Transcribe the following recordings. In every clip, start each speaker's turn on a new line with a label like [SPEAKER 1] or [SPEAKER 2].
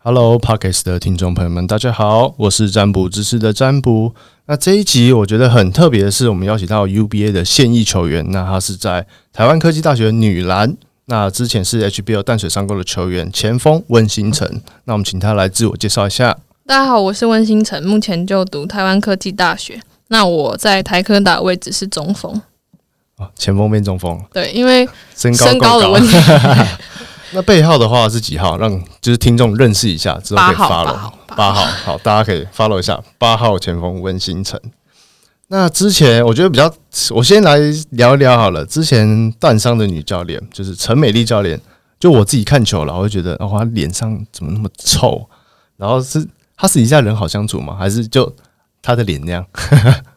[SPEAKER 1] Hello, Pockets 的听众朋友们，大家好，我是占卜知识的占卜。那这一集我觉得很特别的是，我们邀请到 UBA 的现役球员，那他是在台湾科技大学女篮，那之前是 HBL 淡水上钩的球员前锋温星辰。那我们请他来自我介绍一下。
[SPEAKER 2] 大家好，我是温星辰，目前就读台湾科技大学。那我在台科大的位置是中锋，
[SPEAKER 1] 啊，前锋变中锋，
[SPEAKER 2] 对，因为
[SPEAKER 1] 身高
[SPEAKER 2] 身
[SPEAKER 1] 够
[SPEAKER 2] 高的问题，
[SPEAKER 1] 那背号的话是几号？让就是听众认识一下，之后可
[SPEAKER 2] 八
[SPEAKER 1] 以
[SPEAKER 2] 号，
[SPEAKER 1] 发
[SPEAKER 2] 八
[SPEAKER 1] 了。
[SPEAKER 2] 号，八
[SPEAKER 1] 八号，好，大家可以 follow 一下八号前锋温星辰。那之前我觉得比较，我先来聊一聊好了。之前淡商的女教练就是陈美丽教练，就我自己看球了，我就觉得哦，她脸上怎么那么臭？然后是她私底下人好相处吗？还是就她的脸那样？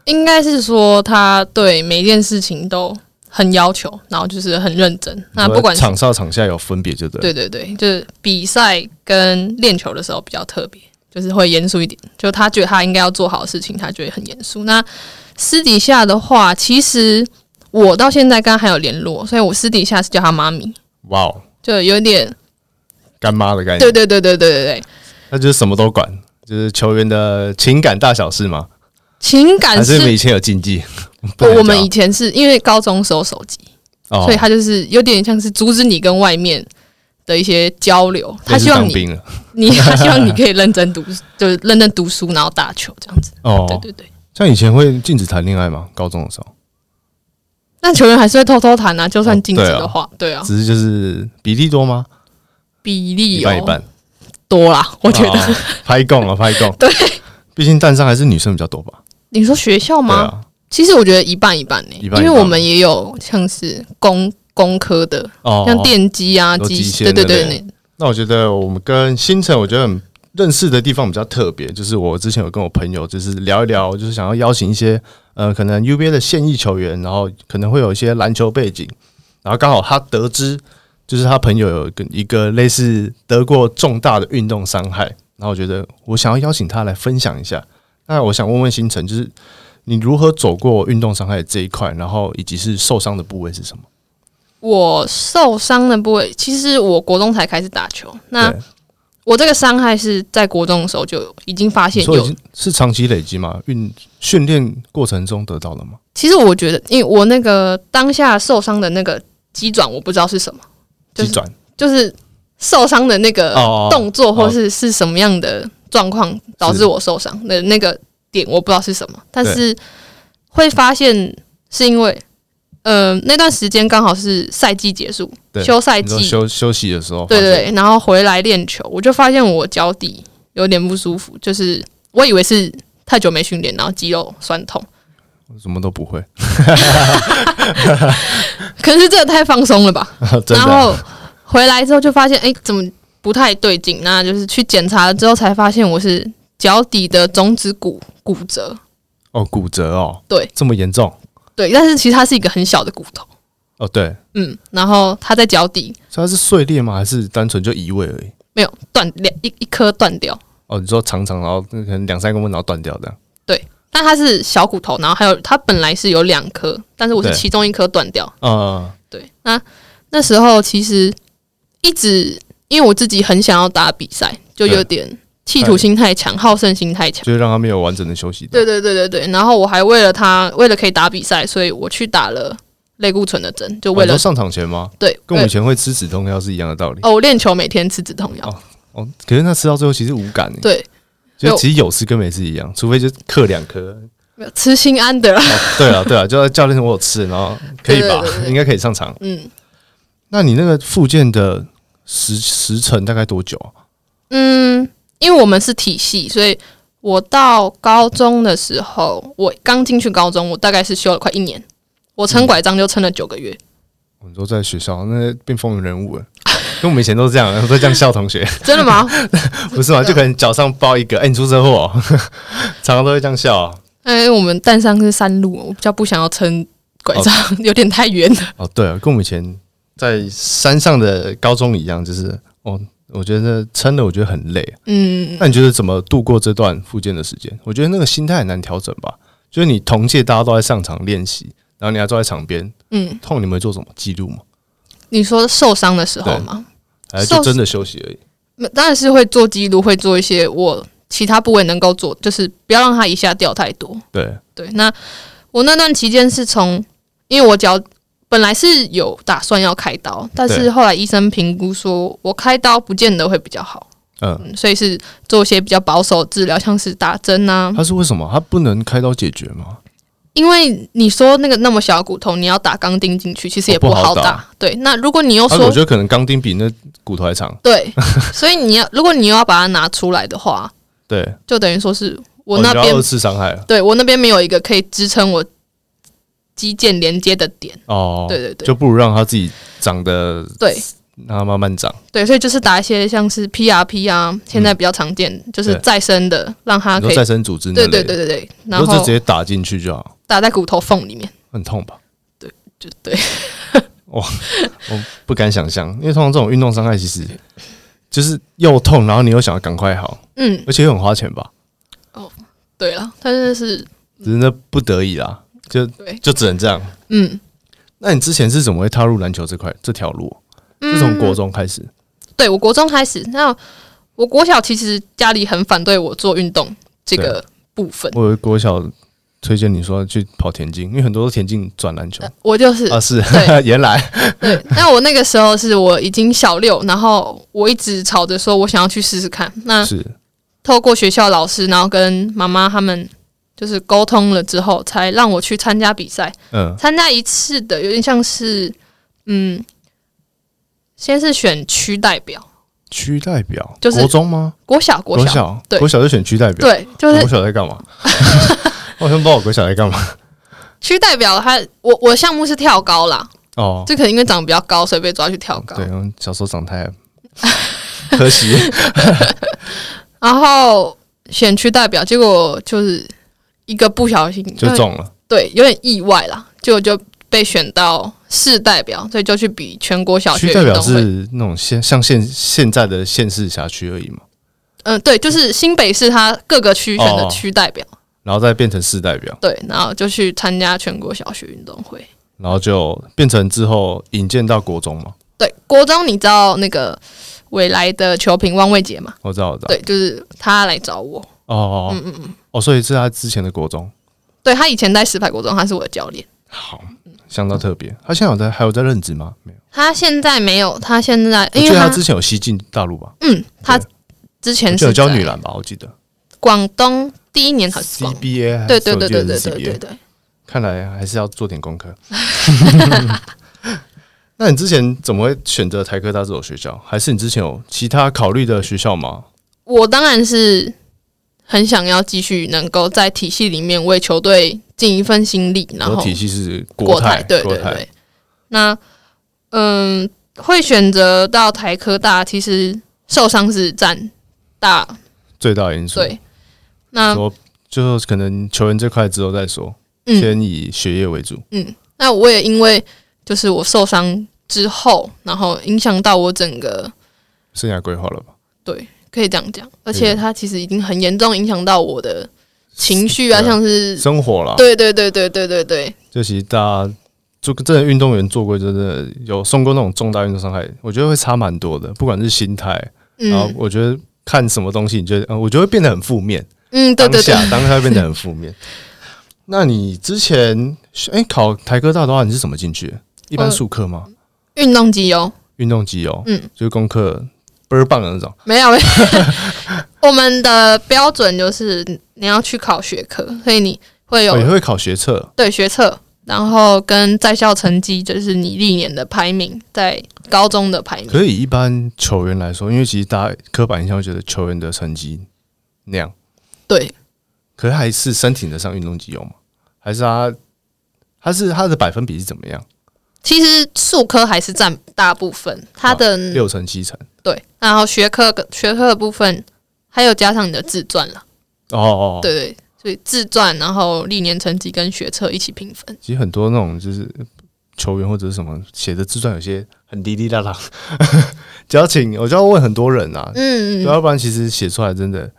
[SPEAKER 2] 应该是说他对每一件事情都很要求，然后就是很认真。那不管是
[SPEAKER 1] 场上场下有分别，就对了。
[SPEAKER 2] 对对对，就是比赛跟练球的时候比较特别，就是会严肃一点。就他觉得他应该要做好的事情，他就会很严肃。那私底下的话，其实我到现在跟他还有联络，所以我私底下是叫他妈咪，
[SPEAKER 1] 哇哦，
[SPEAKER 2] 就有点
[SPEAKER 1] 干妈的概
[SPEAKER 2] 对
[SPEAKER 1] 念，
[SPEAKER 2] 对对对对对对，
[SPEAKER 1] 那就是什么都管，就是球员的情感大小事吗？
[SPEAKER 2] 情感
[SPEAKER 1] 还是你们
[SPEAKER 2] 啊是
[SPEAKER 1] 以前有禁忌？ 不能
[SPEAKER 2] 我我
[SPEAKER 1] 讲
[SPEAKER 2] 们以前是因为高中收手机，
[SPEAKER 1] 啊哦
[SPEAKER 2] 所以他就是有点像是阻止你跟外面的一些交流，他
[SPEAKER 1] 也是
[SPEAKER 2] 希望
[SPEAKER 1] 当
[SPEAKER 2] 你
[SPEAKER 1] 兵了
[SPEAKER 2] 你 他希望你可以认真读，就是认真读书，然后打球这样子。
[SPEAKER 1] 哦，
[SPEAKER 2] 对对对。
[SPEAKER 1] 像以前会禁止谈恋爱吗？高中的时候，
[SPEAKER 2] 但球员还是会偷偷谈啊，就算禁止
[SPEAKER 1] 哦对啊
[SPEAKER 2] 的话，对啊，
[SPEAKER 1] 只是就是比例多吗？
[SPEAKER 2] 比例
[SPEAKER 1] 一
[SPEAKER 2] 有
[SPEAKER 1] 半一半，
[SPEAKER 2] 多啦，我觉得。
[SPEAKER 1] 哦拍供啊， 拍供。对，毕竟蛋上还是女生比较多吧？
[SPEAKER 2] 你说学校
[SPEAKER 1] 对
[SPEAKER 2] 吗？
[SPEAKER 1] 啊，
[SPEAKER 2] 其实我觉得一半一半呢、
[SPEAKER 1] 一半一半
[SPEAKER 2] 因为我们也有像是工工科的，
[SPEAKER 1] 哦，
[SPEAKER 2] 像电机啊、
[SPEAKER 1] 有
[SPEAKER 2] 机
[SPEAKER 1] 机械
[SPEAKER 2] 对对
[SPEAKER 1] 那
[SPEAKER 2] 对，
[SPEAKER 1] 类
[SPEAKER 2] 那
[SPEAKER 1] 那我觉得我们跟星辰，我觉得很认识的地方比较特别，就是我之前有跟我朋友就是聊一聊，就是想要邀请一些呃可能 UBA 的现役球员，然后可能会有一些篮球背景，然后刚好他得知就是他朋友有一个一个类似得过重大的运动伤害，然后我觉得我想要邀请他来分享一下。那我想问问星辰，就是你如何走过运动伤害这一块，然后以及是受伤的部位是什么？
[SPEAKER 2] 我受伤的部位，其实我国中才开始打球，那
[SPEAKER 1] 对
[SPEAKER 2] 我这个伤害是在国中的时候就已经发现
[SPEAKER 1] 所以
[SPEAKER 2] 有
[SPEAKER 1] 是。是长期累积嘛？运训练过程中得到的吗？
[SPEAKER 2] 其实我觉得，因为我那个当下受伤的那个肌转，我不知道是什么，就
[SPEAKER 1] 急
[SPEAKER 2] 是
[SPEAKER 1] 转
[SPEAKER 2] 就是受伤的那个
[SPEAKER 1] 哦哦
[SPEAKER 2] 动作，或是是什么样的状况导致我受伤的那个点，我不知道是什么，但是会发现是因为，呃，那段时间刚好是赛季结束，
[SPEAKER 1] 对
[SPEAKER 2] 休赛
[SPEAKER 1] 你说
[SPEAKER 2] 季，
[SPEAKER 1] 休休息的时候，
[SPEAKER 2] 对对，对，然后回来练球，我就发现我脚底有点不舒服，就是我以为是太久没训练，然后肌肉酸痛，
[SPEAKER 1] 什么都不会，
[SPEAKER 2] 可是这个太放松了吧？
[SPEAKER 1] 真
[SPEAKER 2] 然
[SPEAKER 1] 的啊
[SPEAKER 2] 后回来之后就发现，哎、怎么不太对劲？那就是去检查了之后才发现我是脚底的中指骨骨折。
[SPEAKER 1] 哦，骨折哦，
[SPEAKER 2] 对，
[SPEAKER 1] 这么严重
[SPEAKER 2] 对，但是其实它是一个很小的骨头，
[SPEAKER 1] 哦，对，
[SPEAKER 2] 嗯，然后它在脚底
[SPEAKER 1] 所以它是碎裂吗？还是单纯就移位而已？
[SPEAKER 2] 没有断两一一颗断掉，
[SPEAKER 1] 哦，你说长长，然后可能两三公分，然后断掉的，
[SPEAKER 2] 但它是小骨头，然后还有它本来是有两颗，但是我是
[SPEAKER 1] 对
[SPEAKER 2] 其中一颗断掉。
[SPEAKER 1] 嗯，
[SPEAKER 2] 对，那那时候其实一直因为我自己很想要打比赛，就有点企图心太强，好胜心太强。
[SPEAKER 1] 就是让他没有完整的休息到。
[SPEAKER 2] 哎对对对对对，然后我还为了他，为了可以打比赛，所以我去打了类固醇的针，就
[SPEAKER 1] 哦，
[SPEAKER 2] 为
[SPEAKER 1] 你
[SPEAKER 2] 了、
[SPEAKER 1] 说上场前吗？
[SPEAKER 2] 对，
[SPEAKER 1] 跟我
[SPEAKER 2] 为
[SPEAKER 1] 以前会吃止痛药是一样的道理
[SPEAKER 2] 哦，我练球每天吃止痛药，
[SPEAKER 1] 哦哦。可是那吃到最后其实无感欸，
[SPEAKER 2] 对，
[SPEAKER 1] 就
[SPEAKER 2] 有
[SPEAKER 1] 其实有吃跟没吃一样，除非就嗑两颗。
[SPEAKER 2] 没有吃心安的啦。
[SPEAKER 1] 哦，对啊，对啊，就教练说我有吃，然后可以
[SPEAKER 2] 对对
[SPEAKER 1] 吧
[SPEAKER 2] 对对，对
[SPEAKER 1] 应该可以上场。
[SPEAKER 2] 嗯
[SPEAKER 1] 那你那个复健的时时程大概多久啊？
[SPEAKER 2] 嗯，因为我们是体系，所以我到高中的时候，我刚进去高中，我大概是修了快一年，我撑拐杖就撑了九个月，
[SPEAKER 1] 我们都在学校，那变风云人物了，跟我们以前都是这样，都这样笑同 学，
[SPEAKER 2] 真的吗？
[SPEAKER 1] 不是吗？就可能脚上包一个，哎、你出车祸哦， 常常都会这样笑啊、
[SPEAKER 2] 哎，我们蛋上是山路，我比较不想要撑拐杖， 有点太远了。
[SPEAKER 1] 哦，对啊，跟我们以前在山上的高中一样，就是哦，我觉得撑的我觉得很累。
[SPEAKER 2] 嗯，
[SPEAKER 1] 那你觉得怎么度过这段复健的时间？我觉得那个心态很难调整吧。就是你同届大家都在上场练习，然后你还坐在场边，
[SPEAKER 2] 嗯，
[SPEAKER 1] 痛你们会做什么记录吗？
[SPEAKER 2] 你说受伤的时候
[SPEAKER 1] 对
[SPEAKER 2] 吗？
[SPEAKER 1] 还是
[SPEAKER 2] 受
[SPEAKER 1] 就真的休息而已？
[SPEAKER 2] 那当然是会做记录，会做一些我其他部位能够做，就是不要让它一下掉太多。
[SPEAKER 1] 对，
[SPEAKER 2] 对，那我那段期间是从，因为我脚本来是有打算要开刀，但是
[SPEAKER 1] 对
[SPEAKER 2] 后来医生评估说我开刀不见得会比较好，
[SPEAKER 1] 嗯，
[SPEAKER 2] 嗯所以是做一些比较保守的治疗，像是打针啊。
[SPEAKER 1] 它是为什么？它不能开刀解决吗？
[SPEAKER 2] 因为你说那个那么小的骨头，你要打钢钉进去，其实也
[SPEAKER 1] 哦不好
[SPEAKER 2] 好
[SPEAKER 1] 打
[SPEAKER 2] 对，那如果你又
[SPEAKER 1] 啊，
[SPEAKER 2] 说
[SPEAKER 1] 我觉得可能钢钉比那骨头还长。
[SPEAKER 2] 对， 所以你要如果你又要把它拿出来的话，
[SPEAKER 1] 对，
[SPEAKER 2] 就等于说是
[SPEAKER 1] 哦
[SPEAKER 2] 我那
[SPEAKER 1] 你要
[SPEAKER 2] 边、
[SPEAKER 1] 二次伤害了
[SPEAKER 2] 对我那边没有一个可以支撑我肌腱连接的点。
[SPEAKER 1] 哦，
[SPEAKER 2] 对对对
[SPEAKER 1] 就不如让它自己长得，
[SPEAKER 2] 对，
[SPEAKER 1] 让它慢慢长。
[SPEAKER 2] 对，所以就是打一些像是 PRP 啊，现在比较常见，就是再生的，让
[SPEAKER 1] 嗯
[SPEAKER 2] 它
[SPEAKER 1] 你
[SPEAKER 2] 可
[SPEAKER 1] 说
[SPEAKER 2] 以
[SPEAKER 1] 再，生组织那
[SPEAKER 2] 对
[SPEAKER 1] 类
[SPEAKER 2] 对
[SPEAKER 1] 的，
[SPEAKER 2] 对对对，
[SPEAKER 1] 你
[SPEAKER 2] 然
[SPEAKER 1] 说就直
[SPEAKER 2] 后
[SPEAKER 1] 接打进去就好，
[SPEAKER 2] 打在骨头缝里面，
[SPEAKER 1] 很痛吧？
[SPEAKER 2] 就 对，
[SPEAKER 1] 我不敢想象，因为通常这种运动伤害其实就是又痛，然后你又想要赶快好，
[SPEAKER 2] 嗯，
[SPEAKER 1] 而且又很花钱吧，
[SPEAKER 2] 对了，但是是，
[SPEAKER 1] 只是那不得已啦，就
[SPEAKER 2] 对
[SPEAKER 1] 就只能这样。
[SPEAKER 2] 嗯，
[SPEAKER 1] 那你之前是怎么会踏入篮球这块这条路？是从国中开始，
[SPEAKER 2] 对我国中开始，那我国小其实家里很反对我做运动这个部分，
[SPEAKER 1] 我有国小推荐你说去跑田径，因为很多都田径转篮球
[SPEAKER 2] 我就是、
[SPEAKER 1] 啊，是
[SPEAKER 2] 呃 对
[SPEAKER 1] 原来
[SPEAKER 2] 对，但我那个时候是我已经小六，然后我一直吵着说我想要去试试看，那
[SPEAKER 1] 是
[SPEAKER 2] 透过学校老师，然后跟妈妈他们就是沟通了之后，才让我去参加比赛。
[SPEAKER 1] 嗯
[SPEAKER 2] 参加一次的有点像是，嗯，先是选区代表，
[SPEAKER 1] 区代表，
[SPEAKER 2] 就是
[SPEAKER 1] 国中吗？
[SPEAKER 2] 国小国小，
[SPEAKER 1] 小
[SPEAKER 2] 对
[SPEAKER 1] 国小就选区代表，
[SPEAKER 2] 对，就
[SPEAKER 1] 我
[SPEAKER 2] 是
[SPEAKER 1] 国小在 干嘛？我好像不知道我国小在干嘛
[SPEAKER 2] 区代表他。我我的项目是跳高啦，
[SPEAKER 1] 哦。
[SPEAKER 2] 这可能因为长得比较高，所以被抓去跳高
[SPEAKER 1] 对，。嗯小时候长太可 惜，
[SPEAKER 2] 然后选区代表，结果就是一个不小心
[SPEAKER 1] 就中了。
[SPEAKER 2] 对，有点意外啦，就就被选到市代表，所以就去比全国小学
[SPEAKER 1] 区
[SPEAKER 2] 运
[SPEAKER 1] 代
[SPEAKER 2] 动会。
[SPEAKER 1] 表是那种县，像现现在的县市辖区而已嘛，
[SPEAKER 2] 嗯，对，就是新北市它各个区选的
[SPEAKER 1] 哦
[SPEAKER 2] 区代表，
[SPEAKER 1] 然后再变成市代表，
[SPEAKER 2] 对，然后就去参加全国小学运动会。
[SPEAKER 1] 然后就变成之后引荐到国中嘛。
[SPEAKER 2] 对，国中你知道那个未来的球评汪卫杰嘛？
[SPEAKER 1] 我知道，我知道。
[SPEAKER 2] 对，就是他来找我，
[SPEAKER 1] 哦哦，嗯嗯嗯，哦，所以是他之前的国中，
[SPEAKER 2] 对他以前在石牌国中，他是我的教练。
[SPEAKER 1] 好，相当特别。他现在有在还有在任职吗？没有，
[SPEAKER 2] 他现在没有，他现在
[SPEAKER 1] 我
[SPEAKER 2] 因
[SPEAKER 1] 记
[SPEAKER 2] 为
[SPEAKER 1] 得
[SPEAKER 2] 他
[SPEAKER 1] 他之前有西进大陆吧，
[SPEAKER 2] 嗯，他
[SPEAKER 1] 对
[SPEAKER 2] 之
[SPEAKER 1] 我
[SPEAKER 2] 前
[SPEAKER 1] 记得
[SPEAKER 2] 是
[SPEAKER 1] 有教
[SPEAKER 2] 在
[SPEAKER 1] 女篮哎吧，我记得
[SPEAKER 2] 广东第一年还是广
[SPEAKER 1] CBA，还
[SPEAKER 2] 对
[SPEAKER 1] 是
[SPEAKER 2] 对
[SPEAKER 1] 我
[SPEAKER 2] 对
[SPEAKER 1] 记得
[SPEAKER 2] 对对
[SPEAKER 1] 是
[SPEAKER 2] 对对
[SPEAKER 1] CBA
[SPEAKER 2] 对。
[SPEAKER 1] 看来还是要做点功课。 那你之前怎么会选择台科大这所学校？还是你之前有其他考虑的学校吗？
[SPEAKER 2] 我当然是很想要继续能够在体系里面为球队尽一份心力，然
[SPEAKER 1] 我
[SPEAKER 2] 后
[SPEAKER 1] 体系是
[SPEAKER 2] 国
[SPEAKER 1] 泰，
[SPEAKER 2] 对
[SPEAKER 1] 国
[SPEAKER 2] 对
[SPEAKER 1] 泰
[SPEAKER 2] 对。那嗯，会选择到台科大，其实受伤是占大
[SPEAKER 1] 最大的因素。
[SPEAKER 2] 对。嗯那
[SPEAKER 1] 说就是可能球员这块之后再说，
[SPEAKER 2] 嗯
[SPEAKER 1] 先以学业为主。
[SPEAKER 2] 嗯，那我也因为就是我受伤之后，然后影响到我整个
[SPEAKER 1] 生涯规划了吧？
[SPEAKER 2] 对，可以这样讲，而
[SPEAKER 1] 可以
[SPEAKER 2] 且它其实已经很严重影响到我的情绪啊，
[SPEAKER 1] 对啊
[SPEAKER 2] 像是
[SPEAKER 1] 生活啦，
[SPEAKER 2] 对对对对对对对，
[SPEAKER 1] 就其实大家做真的运动员做过，真的有受过那种重大运动伤害，我觉得会差蛮多的。不管是心态，然后
[SPEAKER 2] 嗯
[SPEAKER 1] 我觉得看什么东西，你觉得，呃我觉得会变得很负面。
[SPEAKER 2] 嗯， 对对对
[SPEAKER 1] 当，下当下会变得很负面。 那你之前哎、考台科大的话，你是怎么进去的？一般
[SPEAKER 2] 呃
[SPEAKER 1] 术科吗？
[SPEAKER 2] 运动机哦，
[SPEAKER 1] 运动机哦，
[SPEAKER 2] 嗯，
[SPEAKER 1] 就是功课倍儿棒的那种。
[SPEAKER 2] 没有，没 有我们的标准就是你要去考学科，所以你会有
[SPEAKER 1] 哦也会考学测，
[SPEAKER 2] 对学测，然后跟在校成绩，就是你历年的排名，在高中的排名。
[SPEAKER 1] 可是以一般球员来说，因为其实大家刻板印象会觉得球员的成绩那样，
[SPEAKER 2] 对，
[SPEAKER 1] 可是还是申请得上运动机有吗？还是他他是他的百分比是怎么样？
[SPEAKER 2] 其实数科还是占大部分，它的、
[SPEAKER 1] 啊六成七成？
[SPEAKER 2] 对，然后学科学科的部分，还有加上你的自传了，
[SPEAKER 1] 哦哦，哦，
[SPEAKER 2] 对对，所以自传，然后历年成绩跟学测一起评分。
[SPEAKER 1] 其实很多那种就是球员或者是什么写的自传，有些很滴滴答 答。只要请，我就要问很多人啊，
[SPEAKER 2] 嗯，嗯
[SPEAKER 1] 要不然其实写出来真的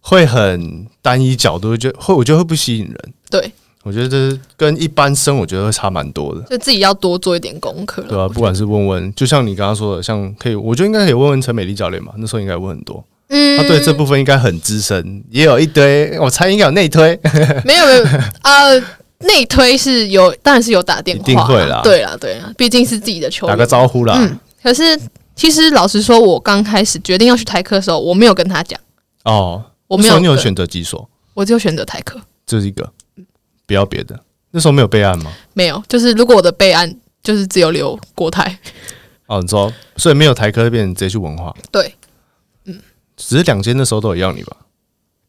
[SPEAKER 1] 会很单一角度，就会我觉得会不吸引人。
[SPEAKER 2] 对，
[SPEAKER 1] 我觉得这是跟一般生我觉得会差蛮多的，
[SPEAKER 2] 就自己要多做一点功课。
[SPEAKER 1] 对吧、啊不管是问问，就像你刚刚说的，像可以，我觉得应该可以问问陈美丽教练吧，那时候应该问很多，
[SPEAKER 2] 嗯
[SPEAKER 1] 他啊对这部分应该很资深，也有一堆，我猜应该有内推，
[SPEAKER 2] 没有没 有呃，内推是有，当然是有打电话，
[SPEAKER 1] 一定会啦
[SPEAKER 2] 对啦对啦，毕竟是自己的球
[SPEAKER 1] 打
[SPEAKER 2] 员。
[SPEAKER 1] 个招呼啦。
[SPEAKER 2] 可是其实老实说，我刚开始决定要去台科的时候，我没有跟他讲，
[SPEAKER 1] 哦，
[SPEAKER 2] 我
[SPEAKER 1] 那
[SPEAKER 2] 没
[SPEAKER 1] 时
[SPEAKER 2] 有
[SPEAKER 1] 候你有
[SPEAKER 2] 跟，
[SPEAKER 1] 选择几所，
[SPEAKER 2] 我就选择台科，
[SPEAKER 1] 这是一个，不要别的。那时候没有备案吗？
[SPEAKER 2] 没有。就是如果我的备案就是只有留国台，
[SPEAKER 1] 哦，你说，所以没有台科变，直接去文化，
[SPEAKER 2] 对，
[SPEAKER 1] 只是两间那时候都有要你吧？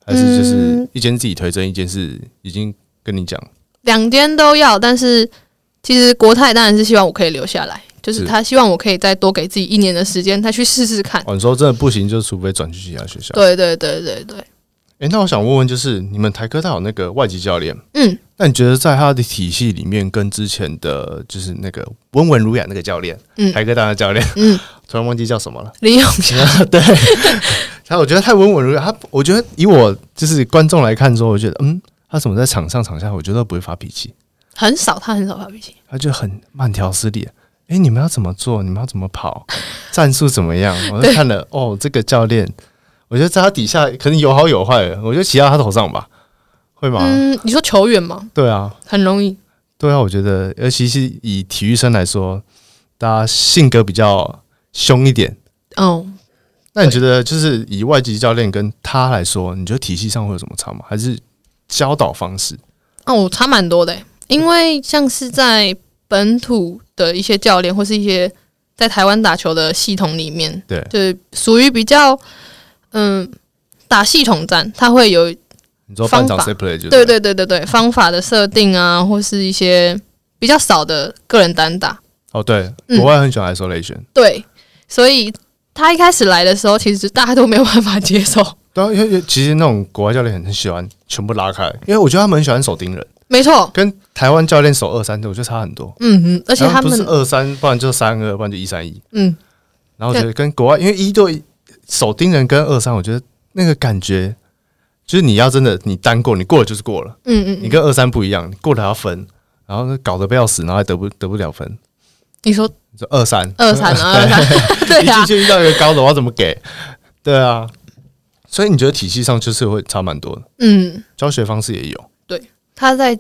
[SPEAKER 1] 还是就是
[SPEAKER 2] 嗯
[SPEAKER 1] 一间自己推甄，一间是已经跟你讲，
[SPEAKER 2] 两间都要。但是其实国泰当然是希望我可以留下来，就是
[SPEAKER 1] 是
[SPEAKER 2] 他希望我可以再多给自己一年的时间，再去试试看。
[SPEAKER 1] 哦，你说真的不行，就除非转去其他学校。
[SPEAKER 2] 对对对对对，
[SPEAKER 1] 诶，那我想问问，就是你们台科大有那个外籍教练，
[SPEAKER 2] 嗯，
[SPEAKER 1] 那你觉得在他的体系里面，跟之前的就是那个温文儒雅那个教练，
[SPEAKER 2] 嗯
[SPEAKER 1] 台科大的教练，
[SPEAKER 2] 嗯，
[SPEAKER 1] 突然忘记叫什么了。
[SPEAKER 2] 李永强，
[SPEAKER 1] 对，他我觉得太温文儒雅，他我觉得以我就是观众来看说，我觉得嗯，他怎么在场上场下，我觉得都不会发脾气，
[SPEAKER 2] 很少，他很少发脾气。
[SPEAKER 1] 他就很慢条斯理。诶，你们要怎么做？你们要怎么跑？战术怎么样？我就看了哦，这个教练，我觉得在他底下可能有好有坏，我就骑到他头上吧，会吗？
[SPEAKER 2] 嗯，你说球员吗？
[SPEAKER 1] 对啊，
[SPEAKER 2] 很容易。
[SPEAKER 1] 对啊，我觉得，尤其是以体育生来说，大家性格比较凶一点。
[SPEAKER 2] 嗯，
[SPEAKER 1] 那你觉得，就是以外籍教练跟他来说，你觉得体系上会有什么差吗？还是教导方式？
[SPEAKER 2] 哦，我差蛮多的欸，因为像是在本土的一些教练或是一些在台湾打球的系统里面，
[SPEAKER 1] 对
[SPEAKER 2] 就是属于比较嗯打系统战，他会有
[SPEAKER 1] 你说班长
[SPEAKER 2] 方法
[SPEAKER 1] say play 就
[SPEAKER 2] 对对对对对方法的设定啊，或是一些比较少的个人单打，
[SPEAKER 1] 哦，对，
[SPEAKER 2] 嗯
[SPEAKER 1] 国外很喜欢 isolation，
[SPEAKER 2] 对，所以他一开始来的时候，其实大家都没有办法接受，
[SPEAKER 1] 对啊，因为因为其实那种国外教练很喜欢全部拉开，因为我觉得他们很喜欢手盯人，
[SPEAKER 2] 没错，
[SPEAKER 1] 跟台湾教练手二三，我觉得差很多。
[SPEAKER 2] 嗯嗯，而
[SPEAKER 1] 而
[SPEAKER 2] 且他
[SPEAKER 1] 不是
[SPEAKER 2] 们
[SPEAKER 1] 二三，不然就三二，不然就一三一。
[SPEAKER 2] 嗯
[SPEAKER 1] 然后我觉得跟国外，因为一对一手盯人跟二三，我觉得那个感觉就是你要真的你单过，你过了就是过了，
[SPEAKER 2] 嗯嗯，
[SPEAKER 1] 你跟二三不一样，你过了还要分，然后搞得不要死，然后还得不得不了分，
[SPEAKER 2] 你说
[SPEAKER 1] 你说二三
[SPEAKER 2] 二三 啊，二三，对
[SPEAKER 1] 一
[SPEAKER 2] 啊
[SPEAKER 1] 进，去遇到一个高的，我要怎么给？对啊，所以你觉得体系上就是会差蛮多的，
[SPEAKER 2] 嗯，
[SPEAKER 1] 教学方式也有，
[SPEAKER 2] 他在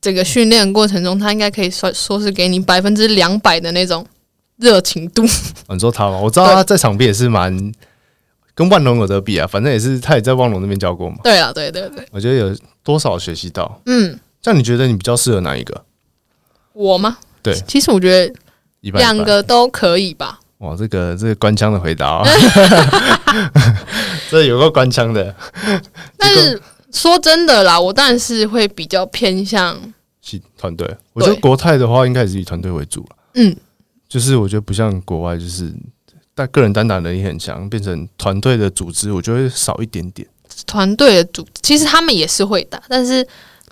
[SPEAKER 2] 整个训练过程中，他应该可以算说是给你百分之两百的那种热情度。
[SPEAKER 1] 啊你说他吗？我知道他在场边也是蛮跟万隆有得比啊，反正也是他也在万隆那边教过嘛，
[SPEAKER 2] 对了，啊对对对，
[SPEAKER 1] 我觉得有多少学习到。
[SPEAKER 2] 嗯，
[SPEAKER 1] 像你觉得你比较适合哪一个？
[SPEAKER 2] 我吗？
[SPEAKER 1] 对
[SPEAKER 2] 其实我觉得
[SPEAKER 1] 一半一半
[SPEAKER 2] 两个都可以吧。
[SPEAKER 1] 哇，这个这个官腔的回 答、哦， 这有个官腔的，
[SPEAKER 2] 但是说真的啦，我当然是会比较偏向，
[SPEAKER 1] 是团队。我觉得国泰的话，应该也是以团队为主了。
[SPEAKER 2] 嗯，
[SPEAKER 1] 就是我觉得不像国外，就是但个人单打能力很强，变成团队的组织，我觉得会少一点点。
[SPEAKER 2] 团队的组，其实他们也是会打，但是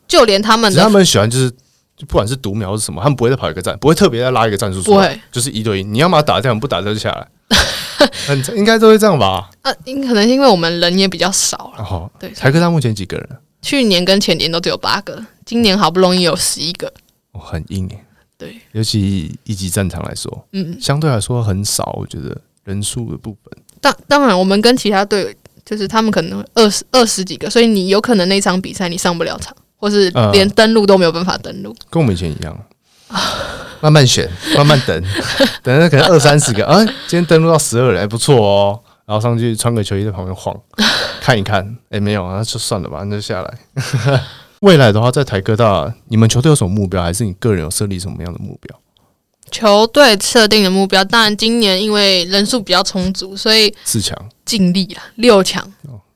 [SPEAKER 2] 就连他们
[SPEAKER 1] 只是他
[SPEAKER 2] 的
[SPEAKER 1] 们喜欢就是。就不管是读秒是什么，他们不会再跑一个站，不会特别再拉一个战术出
[SPEAKER 2] 不
[SPEAKER 1] 来，
[SPEAKER 2] 会，
[SPEAKER 1] 就是一对一。你要么打掉，你不打掉就下 来，很应该都会这样吧？
[SPEAKER 2] 呃，因可能是因为我们人也比较少了，
[SPEAKER 1] 好、哦，
[SPEAKER 2] 对，
[SPEAKER 1] 台科大目前几个人？
[SPEAKER 2] 去年跟前年都只有八个，今年好不容易有十一个，
[SPEAKER 1] 哦，很硬耶。
[SPEAKER 2] 对，
[SPEAKER 1] 尤其以一级战场来说，
[SPEAKER 2] 嗯。
[SPEAKER 1] 相对来说很少，我觉得人数的部分。
[SPEAKER 2] 当当然，我们跟其他队就是他们可能二十二十几个，所以你有可能那场比赛你上不了场，或是
[SPEAKER 1] 嗯
[SPEAKER 2] 连登录都没有办法登录。
[SPEAKER 1] 跟我们以前一样，慢慢选，慢慢 等，等了可能二三十个啊，今天登录到十二人，还不错哦。然后上去穿个球衣在旁边 晃，看一看，哎，没有啊，那就算了吧，那就下来。 未来的话，在台科大，你们球队有什么目标，还是你个人有设立什么样的目标？
[SPEAKER 2] 球队设定的目标，当然今年因为人数比较充足，所以
[SPEAKER 1] 四强，
[SPEAKER 2] 尽力啊，六强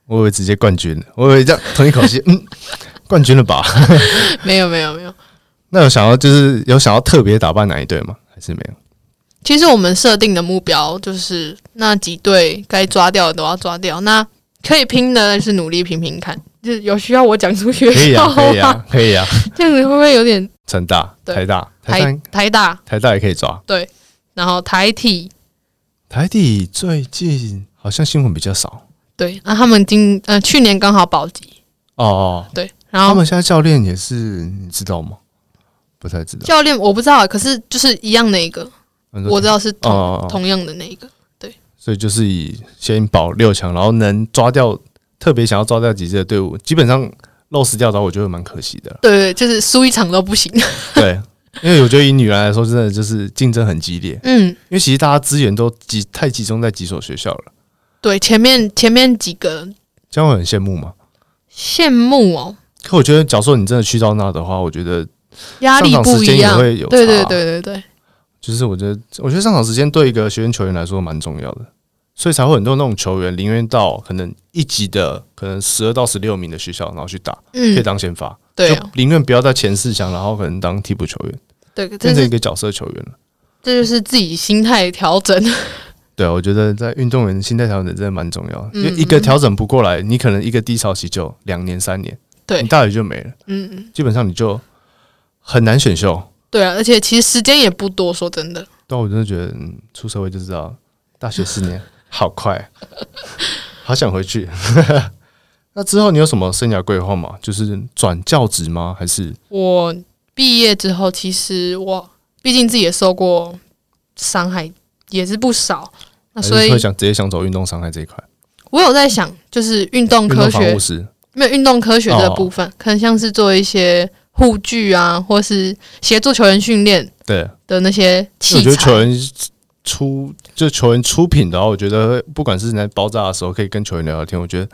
[SPEAKER 1] 我以为直接冠军了，我以为这样同一口 气，嗯，冠军了吧？
[SPEAKER 2] 没有没有没有。
[SPEAKER 1] 那有想要就是有想要特别打扮哪一队吗？还是没有？
[SPEAKER 2] 其实我们设定的目标就是那几队该抓掉的都要抓掉，那可以拼的是努力拼拼看。就是有需要我讲出学
[SPEAKER 1] 可以
[SPEAKER 2] 校
[SPEAKER 1] 啊，
[SPEAKER 2] 吗？
[SPEAKER 1] 可以啊，可以啊。
[SPEAKER 2] 这样子会不会有点
[SPEAKER 1] 成大、
[SPEAKER 2] 对
[SPEAKER 1] 台大、台
[SPEAKER 2] 台
[SPEAKER 1] 大、
[SPEAKER 2] 台大，
[SPEAKER 1] 台大也可以抓。
[SPEAKER 2] 然后台体，
[SPEAKER 1] 台体最近好像新闻比较少
[SPEAKER 2] 对，那、他们今呃去年刚好保级，
[SPEAKER 1] 哦哦。
[SPEAKER 2] 对，然
[SPEAKER 1] 他
[SPEAKER 2] 后
[SPEAKER 1] 们现在教练也是，你知道吗？不太知道。
[SPEAKER 2] 教练我不知道，可是就是一样那一个，
[SPEAKER 1] 嗯
[SPEAKER 2] 我知道是同、
[SPEAKER 1] 哦哦哦
[SPEAKER 2] 同样的那一个。
[SPEAKER 1] 所以就是以先保六强，然后能抓掉特别想要抓掉几支的队伍，基本上 loss 掉的话，我觉得蛮可惜
[SPEAKER 2] 。
[SPEAKER 1] 的
[SPEAKER 2] 对对，就是输一场都不行。
[SPEAKER 1] 对，因为我觉得以女篮来说，真的就是竞争很激烈，
[SPEAKER 2] 嗯，
[SPEAKER 1] 因为其实大家资源都集太集中在几所学校了，
[SPEAKER 2] 对，前面前面几个
[SPEAKER 1] 这样会很羡慕嘛。
[SPEAKER 2] 羡慕哦，
[SPEAKER 1] 可我觉得，假如说你真的去到那的话，我觉得
[SPEAKER 2] 压力
[SPEAKER 1] 上场
[SPEAKER 2] 不
[SPEAKER 1] 时
[SPEAKER 2] 一
[SPEAKER 1] 间也
[SPEAKER 2] 样。
[SPEAKER 1] 会有
[SPEAKER 2] 对
[SPEAKER 1] 差
[SPEAKER 2] 对对对对，
[SPEAKER 1] 就是我觉得，我觉得上场时间对一个学院球员来说蛮重要的，所以才会很多那种球员宁愿到可能一级的，可能十二到十六名的学校，然后去打，可以
[SPEAKER 2] 嗯，
[SPEAKER 1] 当先发，
[SPEAKER 2] 对
[SPEAKER 1] 就
[SPEAKER 2] 啊，
[SPEAKER 1] 宁愿不要在前四强，然后可能当替补球员，
[SPEAKER 2] 对，这
[SPEAKER 1] 变成一
[SPEAKER 2] 是
[SPEAKER 1] 个角色球员了。
[SPEAKER 2] 这就是自己心态调整。
[SPEAKER 1] 对，啊我觉得在运动员心态调整真的蛮重要的，因
[SPEAKER 2] 嗯
[SPEAKER 1] 为一个调整不过来，你可能一个低潮期就两年三年，
[SPEAKER 2] 对
[SPEAKER 1] 你大学就没了，
[SPEAKER 2] 嗯嗯，
[SPEAKER 1] 基本上你就很难选秀。
[SPEAKER 2] 对啊，而且其实时间也不多，说真的。
[SPEAKER 1] 但我真的觉得，嗯，出社会就知道，大学四年好快，好想回去。 那之后你有什么生涯规划吗？就是转教职吗？还是
[SPEAKER 2] 我毕业之后，其实我毕竟自己也受过伤害，也是不少。那
[SPEAKER 1] 还
[SPEAKER 2] 所
[SPEAKER 1] 是
[SPEAKER 2] 以
[SPEAKER 1] 会，想直接想走运动伤害这一块？
[SPEAKER 2] 我有在想，就是运动
[SPEAKER 1] 运
[SPEAKER 2] 科
[SPEAKER 1] 动防
[SPEAKER 2] 学
[SPEAKER 1] 护师
[SPEAKER 2] 没有运动科学的
[SPEAKER 1] 哦
[SPEAKER 2] 部分，可能像是做一些护具啊，或是协助球员训练
[SPEAKER 1] 对，
[SPEAKER 2] 的那些
[SPEAKER 1] 因为
[SPEAKER 2] 器
[SPEAKER 1] 我觉得
[SPEAKER 2] 材
[SPEAKER 1] 球。员出就球员出品的话，我觉得不管是在爆炸的时候可以跟球员聊聊天，我觉得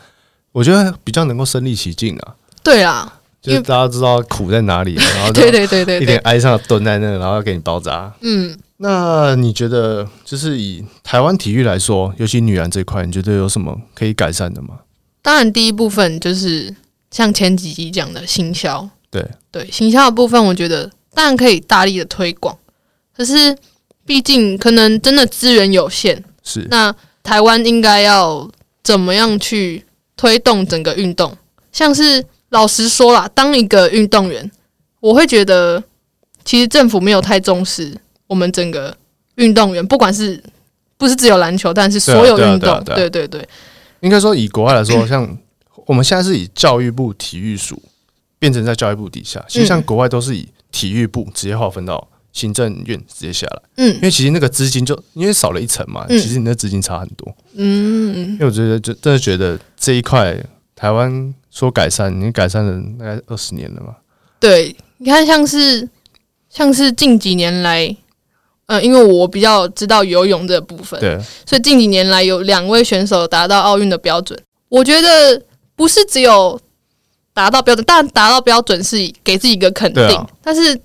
[SPEAKER 1] 我觉得比较能够身临其境啊，
[SPEAKER 2] 对啦，
[SPEAKER 1] 就
[SPEAKER 2] 因
[SPEAKER 1] 是
[SPEAKER 2] 为
[SPEAKER 1] 大家知道苦在哪里，啊然后就
[SPEAKER 2] 对对对对
[SPEAKER 1] 一脸
[SPEAKER 2] 对，
[SPEAKER 1] 哀伤的蹲在那，然后要给你包扎。
[SPEAKER 2] 嗯，
[SPEAKER 1] 那你觉得，就是以台湾体育来说，尤其女篮这一块，你觉得有什么可以改善的吗？
[SPEAKER 2] 当然第一部分就是像前几集讲的行销，
[SPEAKER 1] 对
[SPEAKER 2] 对，行销的部分，我觉得当然可以大力的推广，可是毕竟可能真的资源有限，
[SPEAKER 1] 是
[SPEAKER 2] 那台湾应该要怎么样去推动整个运动？像是老实说啦，当一个运动员，我会觉得其实政府没有太重视我们整个运动员，不管是不是只有篮球，但是所有
[SPEAKER 1] 对啊
[SPEAKER 2] 运
[SPEAKER 1] 对啊
[SPEAKER 2] 动，
[SPEAKER 1] 对啊
[SPEAKER 2] 对对对，
[SPEAKER 1] 应该说以国外来说，像我们现在是以教育部体育署变成在教育部底下，
[SPEAKER 2] 嗯
[SPEAKER 1] 其实像国外都是以体育部直接划分到行政院直接下来，因
[SPEAKER 2] 嗯
[SPEAKER 1] 为其实那个资金就因为少了一层嘛，
[SPEAKER 2] 嗯
[SPEAKER 1] 其实你那资金差很多。
[SPEAKER 2] 嗯
[SPEAKER 1] 因，为我觉得就真的觉得这一块台湾说改善，已经改善了大概二十年了嘛，
[SPEAKER 2] 对，你看像是像是近几年来，呃，因为我比较知道游泳这部分，
[SPEAKER 1] 对，
[SPEAKER 2] 所以近几年来有两位选手达到奥运的标准。我觉得不是只有达到标准，但达到标准是给自己一个肯定，
[SPEAKER 1] 对啊
[SPEAKER 2] 但是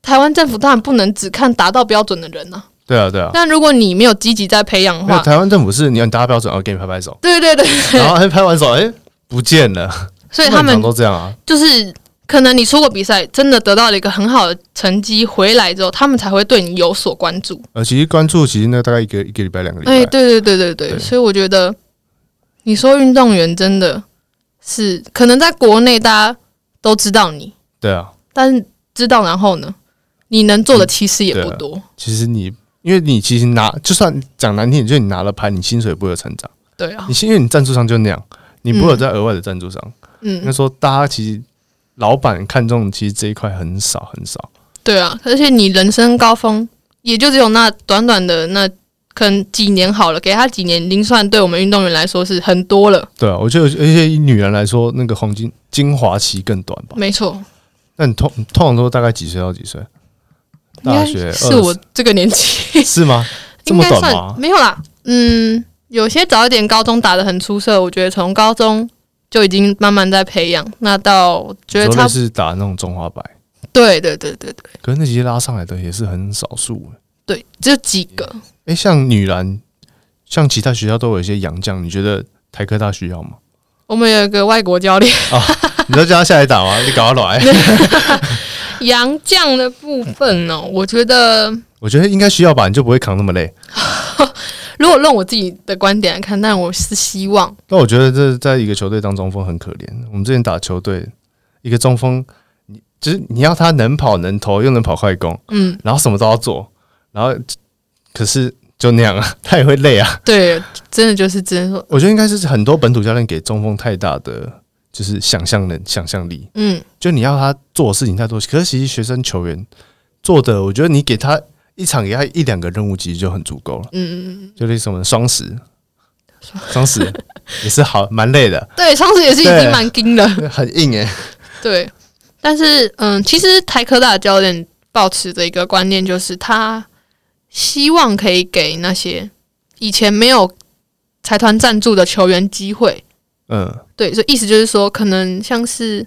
[SPEAKER 2] 台湾政府当然不能只看达到标准的人啊。
[SPEAKER 1] 对啊，对啊。
[SPEAKER 2] 但如果你没有积极在培养的
[SPEAKER 1] 没有
[SPEAKER 2] 话，
[SPEAKER 1] 台湾政府是你要达到标准，然哦后给你拍拍手。
[SPEAKER 2] 对对对，
[SPEAKER 1] 然后哎，拍完手，哎、不见了。
[SPEAKER 2] 所以他
[SPEAKER 1] 通常
[SPEAKER 2] 们
[SPEAKER 1] 都这样啊，
[SPEAKER 2] 就是可能你出国比赛，真的得到了一个很好的成绩，回来之后他们才会对你有所关注。
[SPEAKER 1] 呃，其实关注其实那大概一个一个礼拜、两个礼拜。
[SPEAKER 2] 哎、对对对对对，
[SPEAKER 1] 对
[SPEAKER 2] 所以我觉得你说运动员真的是可能在国内大家都知道你，
[SPEAKER 1] 对啊，
[SPEAKER 2] 但是知道然后呢，你能做的其实
[SPEAKER 1] 嗯
[SPEAKER 2] 也
[SPEAKER 1] 对
[SPEAKER 2] 不
[SPEAKER 1] 啊
[SPEAKER 2] 多。
[SPEAKER 1] 其实你因为你其实拿，就算讲难听点，就是你拿了牌，你薪水不会有成长，
[SPEAKER 2] 对啊
[SPEAKER 1] 你，因为你赞助商就那样，你不会有在额外的赞助商。应该
[SPEAKER 2] 嗯，
[SPEAKER 1] 说，大家其实老板看中其实这一块很少很少。
[SPEAKER 2] 对啊，而且你人生高峰也就只有那短短的那可能几年好了，给他几年已经算对我们运动员来说是很多了。
[SPEAKER 1] 对啊，我觉得而且以女人来说，那个黄金精华期更短吧。
[SPEAKER 2] 没错，
[SPEAKER 1] 那你通通常都大概几岁到几岁？
[SPEAKER 2] 应
[SPEAKER 1] 大
[SPEAKER 2] 该
[SPEAKER 1] 学
[SPEAKER 2] 是我这个年纪
[SPEAKER 1] 20，是吗？这
[SPEAKER 2] 应
[SPEAKER 1] 么
[SPEAKER 2] 该
[SPEAKER 1] 短
[SPEAKER 2] 算
[SPEAKER 1] 吗？
[SPEAKER 2] 没有啦。嗯，有些早一点高中打得很出色，我觉得从高中就已经慢慢在培养。那到我觉得
[SPEAKER 1] 你说
[SPEAKER 2] 差
[SPEAKER 1] 类
[SPEAKER 2] 不
[SPEAKER 1] 似打那种中华白。
[SPEAKER 2] 对对对对对
[SPEAKER 1] 可是那些拉上来的也是很少数。欸
[SPEAKER 2] 对，只有几个。
[SPEAKER 1] 诶，像女篮，像其他学校都有一些洋将，你觉得台科大需要 吗？
[SPEAKER 2] 我们有一个外国教练，
[SPEAKER 1] 你都叫他下来打吗？你搞他来，
[SPEAKER 2] 杨绛的部分呢、我觉得
[SPEAKER 1] 我觉得应该需要吧，你就不会扛那么累。
[SPEAKER 2] 如果论我自己的观点来看，但我是希望
[SPEAKER 1] 但我觉得这在一个球队当中锋很可怜。我们之前打球队，一个中锋，你就是你要他能跑能投又能跑快攻，
[SPEAKER 2] 嗯，
[SPEAKER 1] 然后什么都要做，然后可是就那样啊， 他也会累啊。
[SPEAKER 2] 对，真的就是只能说
[SPEAKER 1] 我觉得应该是很多本土教练给中锋太大的就是想象能想象力，
[SPEAKER 2] 嗯，
[SPEAKER 1] 就你要他做的事情太多，可是其实学生球员做的，我觉得你给他一场给他一两个任务，其实就很足够了。嗯嗯嗯，就类似我们双 十，双十也是好蛮累的，
[SPEAKER 2] 对，上次也是已
[SPEAKER 1] 对
[SPEAKER 2] 经蛮硬了，
[SPEAKER 1] 很硬 哎、
[SPEAKER 2] 对，但是嗯，其实台科大的教练保持着一个观念，就是他希望可以给那些以前没有财团赞助的球员机会。
[SPEAKER 1] 嗯，
[SPEAKER 2] 对，所以意思就是说，可能像是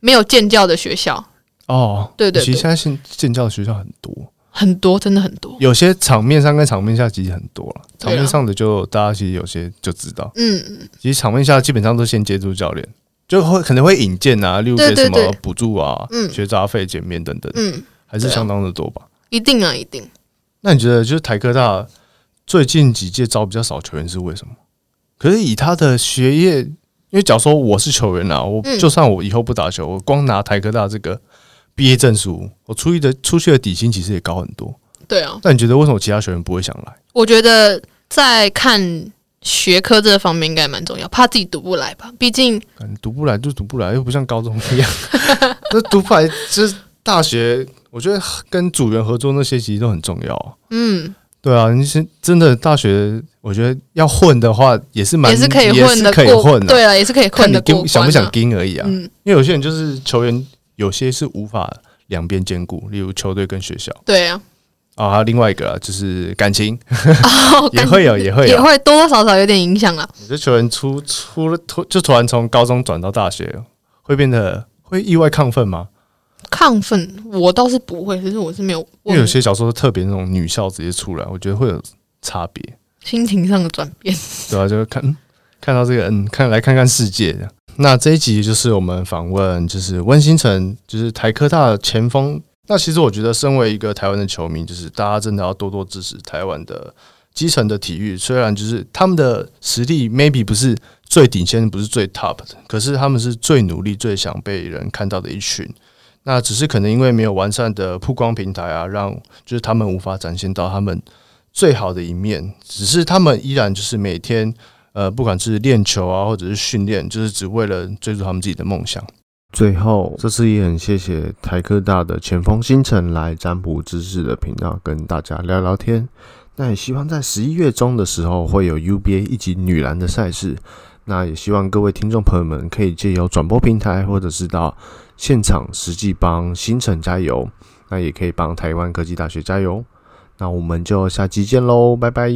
[SPEAKER 2] 没有建教的学校
[SPEAKER 1] 哦，
[SPEAKER 2] 对对
[SPEAKER 1] 其实
[SPEAKER 2] 对
[SPEAKER 1] 现在现建教的学校很多，
[SPEAKER 2] 很多，真的很多。
[SPEAKER 1] 有些场面上跟场面下其实很多了。
[SPEAKER 2] 对
[SPEAKER 1] 场
[SPEAKER 2] 啊
[SPEAKER 1] 面上的就大家其实有些就知道，
[SPEAKER 2] 嗯，
[SPEAKER 1] 其实场面下基本上都先接触教练，就会可能会引荐啊，例如给
[SPEAKER 2] 对
[SPEAKER 1] 什
[SPEAKER 2] 对对
[SPEAKER 1] 么补助啊、
[SPEAKER 2] 嗯
[SPEAKER 1] 学杂费减免等等，
[SPEAKER 2] 嗯，
[SPEAKER 1] 还是
[SPEAKER 2] 对啊
[SPEAKER 1] 相当的多吧。
[SPEAKER 2] 一定啊，一定。
[SPEAKER 1] 那你觉得就是台科大最近几届招比较少球员是为什么？可是以他的学业，因为假如说我是球员啊，我
[SPEAKER 2] 嗯
[SPEAKER 1] 就算我以后不打球，我光拿台科大这个毕业证书，我出去的出去的底薪其实也高很多。
[SPEAKER 2] 对啊，
[SPEAKER 1] 那你觉得为什么其他球员不会想来？
[SPEAKER 2] 我觉得在看学科这方面应该蛮重要，怕自己读不来吧。毕竟
[SPEAKER 1] 感觉读不来就读不来，又不像高中一样， 那读不来就是大学，我觉得跟组员合作那些其实都很重要啊。
[SPEAKER 2] 嗯，
[SPEAKER 1] 对啊，你是真的大学，我觉得要混的话也是蛮
[SPEAKER 2] 也是可以混
[SPEAKER 1] 也是
[SPEAKER 2] 的
[SPEAKER 1] 可以
[SPEAKER 2] 过，
[SPEAKER 1] 混的、啊
[SPEAKER 2] 对了，也是可以
[SPEAKER 1] 看
[SPEAKER 2] 混
[SPEAKER 1] 你
[SPEAKER 2] 得
[SPEAKER 1] 跟
[SPEAKER 2] 过关、啊。
[SPEAKER 1] 想不想跟而已啊。
[SPEAKER 2] 嗯，
[SPEAKER 1] 因为有些人就是球员，有些是无法两边兼顾，例如球队跟学校
[SPEAKER 2] 对 啊，
[SPEAKER 1] 啊。还有另外一个啊就是感情，
[SPEAKER 2] 哦
[SPEAKER 1] 也
[SPEAKER 2] 感
[SPEAKER 1] 会啊有也会有
[SPEAKER 2] 也会多多少少有点影响啦。啊
[SPEAKER 1] 我觉得球员出出了突就突然从高中转到大学，会变得会意外亢奋吗？
[SPEAKER 2] 亢奋我倒是不会，可是我是没有
[SPEAKER 1] 因
[SPEAKER 2] 问
[SPEAKER 1] 为有些小说特别那种女校直接出来，我觉得会有差别，
[SPEAKER 2] 心情上的转变。
[SPEAKER 1] 对吧、就会看嗯看到这个，嗯，看来看看世界的。那这一集就是我们访问，就是温星辰，就是台科大的前锋。那其实我觉得，身为一个台湾的球迷，就是大家真的要多多支持台湾的基层的体育。虽然就是他们的实力 maybe 不是最顶尖，不是最 top 的，可是他们是最努力、最想被人看到的一群。那只是可能因为没有完善的曝光平台啊，让就是他们无法展现到他们最好的一面。只是他们依然就是每天呃，不管是练球啊，或者是训练，就是只为了追逐他们自己的梦想。最后，这次也很谢谢台科大的前锋星辰来占卜知识的频道跟大家聊聊天。那也希望在十一月中的时候会有 UBA 一级女篮的赛事。那也希望各位听众朋友们可以借由转播平台，或者是到现场实际帮星辰加油。那也可以帮台湾科技大学加油。那我们就下期见喽，拜拜。